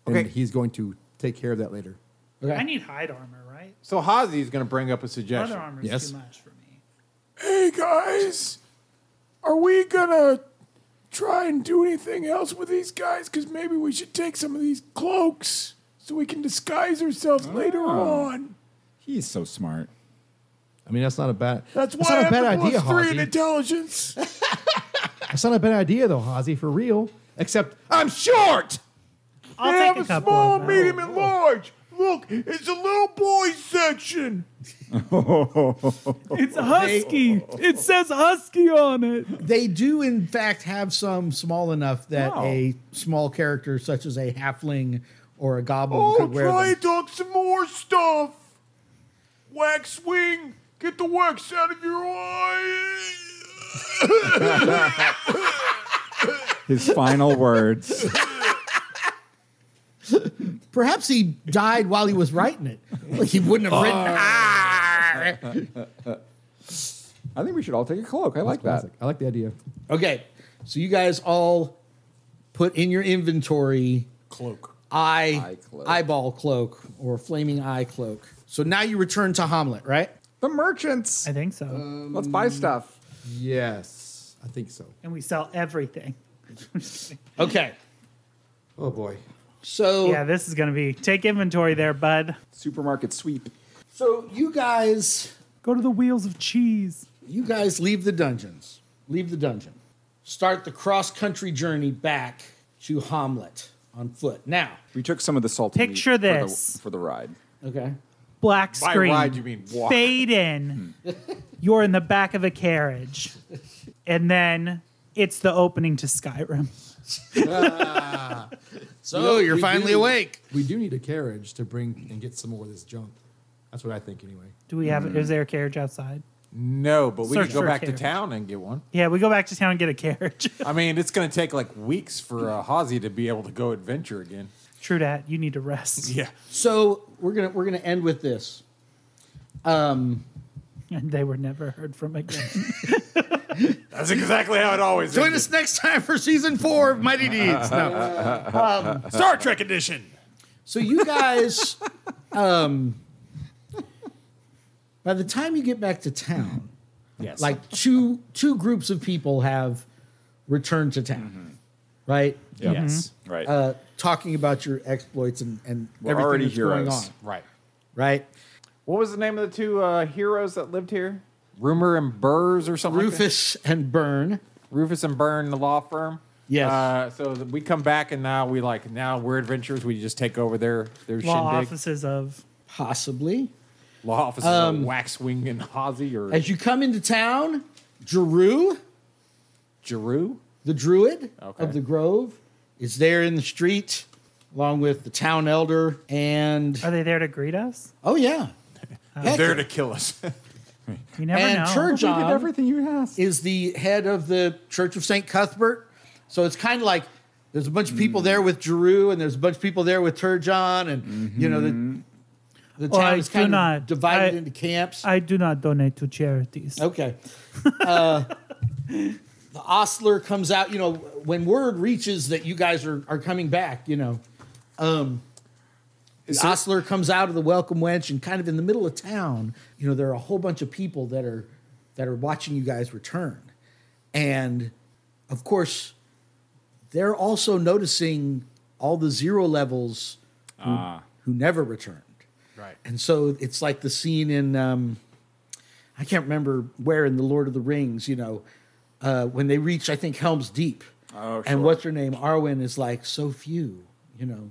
S2: and
S3: Okay.
S2: he's going to take care of that later.
S1: Okay.
S5: I need hide armor, right?
S3: So Hazi is going to bring up a suggestion.
S5: Other armor's
S2: Yes.
S5: too much for me.
S8: Hey guys, are we gonna try and do anything else with these guys? Because maybe we should take some of these cloaks so we can disguise ourselves
S3: Oh.
S8: later on.
S4: He's so smart.
S2: I mean, that's not a bad.
S8: That's why
S2: not
S8: I
S2: a
S8: have
S2: bad
S8: the
S2: idea,
S8: plus three in
S2: Hazi.
S8: intelligence.
S2: That's not a bad idea, though, Hazi, for real. Except I'm short. Oh.
S5: I'll
S8: I
S5: take
S8: have
S5: a couple.
S8: small,
S5: of them.
S8: medium, and large. Look, it's a little boy section.
S5: It's husky. It says husky on it.
S1: They do, in fact, have some small enough that
S5: Oh.
S1: a small character such as a halfling or a goblin
S8: Oh,
S1: could wear
S8: try
S1: them.
S8: and talk some more stuff. Wax wing, get the wax out of your eye.
S4: His final words.
S1: Perhaps he died while he was writing it. Like he wouldn't have written.
S4: I think we should all take a cloak. I like that.
S2: Classic. I like the idea.
S1: Okay, so you guys all put in your inventory
S3: Cloak.
S1: eye,
S4: Eye cloak.
S1: eyeball cloak or flaming eye cloak. So now you return to Hamlet, right?
S4: The merchants.
S5: I think so.
S4: Let's buy stuff.
S2: Yes, I think so.
S5: and we sell everything.
S1: Okay.
S2: Oh boy.
S1: So
S5: Yeah, this is gonna be take inventory there, bud.
S4: Supermarket sweep.
S1: so you guys
S5: Go to the wheels of cheese.
S1: you guys leave the dungeons. Leave the dungeon. Start the cross country journey back to Hamlet on foot. Now,
S4: We took some of the salty meat
S5: Picture
S4: for the-
S5: this.
S4: for the ride.
S1: okay.
S5: Black
S3: By
S5: screen.
S3: ride, you mean walk.
S5: Fade in. You're in the back of a carriage, and then it's the opening to Skyrim.
S1: So you're
S2: we
S1: finally
S2: do.
S1: awake.
S2: We do need a carriage to bring and get some more of this junk. That's what I think, anyway.
S5: Do we have? Is there a carriage outside?
S3: No, but we
S5: Search
S3: could go
S5: for a
S3: back to
S5: carriage.
S3: town and get one.
S5: Yeah, we go back to town and get a carriage.
S3: I mean, it's going to take like weeks for uh, Hazi to be able to go adventure again.
S5: True that. You need to rest.
S3: Yeah.
S1: So we're gonna we're gonna end with this.
S5: And they were never heard from again.
S3: That's exactly how it always
S1: Join
S3: is.
S1: us next time for season four of Mighty Deeds. No.
S3: Star Trek edition.
S1: So you guys, um, by the time you get back to town,
S3: Yes.
S1: like two two groups of people have returned to town, right?
S3: Yes.
S4: Right.
S1: Uh, talking about your exploits and and
S4: We're
S1: everything
S4: already
S1: that's going on,
S4: heroes.
S3: Right.
S1: right?
S3: What was the name of the two uh, heroes that lived here? Rumor and Burrs or something. like that?
S1: Rufus and Burn.
S3: Rufus and Byrne, the law firm.
S1: Yes.
S3: Uh, so th- we come back and now we like now we're adventurers. We just take over their their
S5: Law
S3: shindig.
S5: offices of
S1: Possibly.
S3: Law offices of Waxwing and Hazi or
S1: As you come into town, Jeru,
S3: Jeru.
S1: the druid
S3: Okay.
S1: of the grove, is there in the street along with the town elder and
S5: Are they there to greet us?
S1: oh yeah. Heck
S3: There
S1: yeah.
S3: to kill us.
S5: You never
S1: and
S5: know.
S1: Turgeon
S4: everything you asked.
S1: is the head of the Church of St. Cuthbert. So it's kind of like there's a bunch of people there with Jeru and there's a bunch of people there with Turgeon and you know the the
S5: Mm-hmm. Well,
S1: town
S5: I
S1: is
S5: do
S1: kind of
S5: not-
S1: divided
S5: I-
S1: into camps.
S5: I do not donate to charities.
S1: okay. uh, the ostler comes out, you know, when word reaches that you guys are, are coming back, you know. Um the ostler comes out of the welcome wench and kind of in the middle of town, you know, there are a whole bunch of people that are that are watching you guys return. And of course, they're also noticing all the zero levels who,
S4: Ah.
S1: who never returned.
S3: Right.
S1: And so it's like the scene in um, I can't remember where in the Lord of the Rings, you know, uh, when they reach I think Helm's Deep.
S4: Oh, sure.
S1: And what's her name? Arwen is like so few, you know,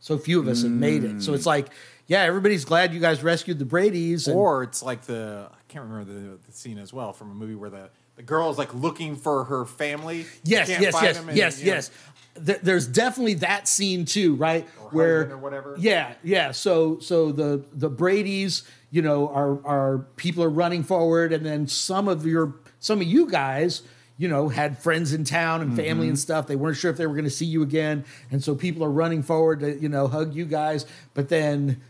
S1: so few of us have made it. So it's
S4: Mm.
S1: like, yeah, everybody's glad you guys rescued the Brady's. And,
S3: Or it's like the I can't remember the, the scene as well from a movie where the the girl's like looking for her family.
S1: Yes,
S3: Can't
S1: yes,
S3: find
S1: yes,
S3: them, and,
S1: yes,
S3: you know,
S1: yes. There- There's definitely that scene too, right? Where
S3: husband or whatever.
S1: Yeah, yeah. So so the the Brady's, you know, are are people are running forward, and then some of your some of you guys, you know, had friends in town and family and stuff. They weren't sure if they were going to see you again, and so people are running forward to you know hug you guys. But then,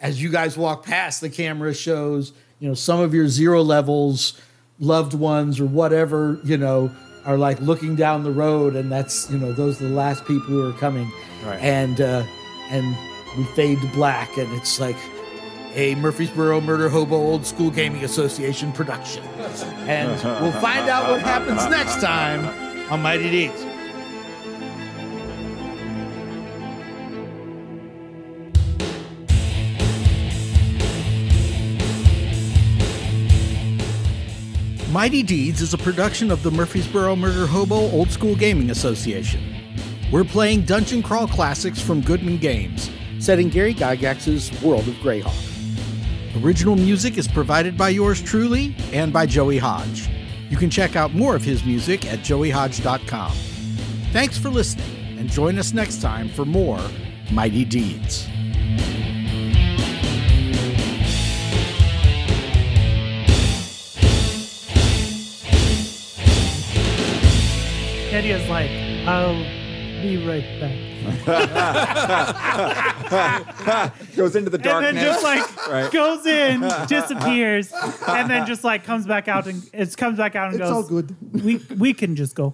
S1: as you guys walk past, the camera shows you know some of your zero levels loved ones or whatever, you know, are like looking down the road, and that's you know those are the last people who are coming,
S3: Right.
S1: and uh, and we fade to black, and it's like a Murfreesboro Murder Hobo Old School Gaming Association production, and we'll find out what happens next time on Mighty Deeds.
S2: Mighty Deeds is a production of the Murfreesboro Murder Hobo Old School Gaming Association. We're playing Dungeon Crawl classics from Goodman Games, set in Gary Gygax's World of Greyhawk. Original music is provided by yours truly and by Joey Hodge. You can check out more of his music at joeyhodge.com. Thanks for listening, and join us next time for more Mighty Deeds.
S5: Eddie is like, I'll be right back.
S4: Goes into the
S5: And
S4: darkness.
S5: then just like
S4: Right.
S5: goes in, disappears, and then just like comes back out and it comes back out and
S11: It's
S5: goes.
S11: all good.
S5: We we can just go.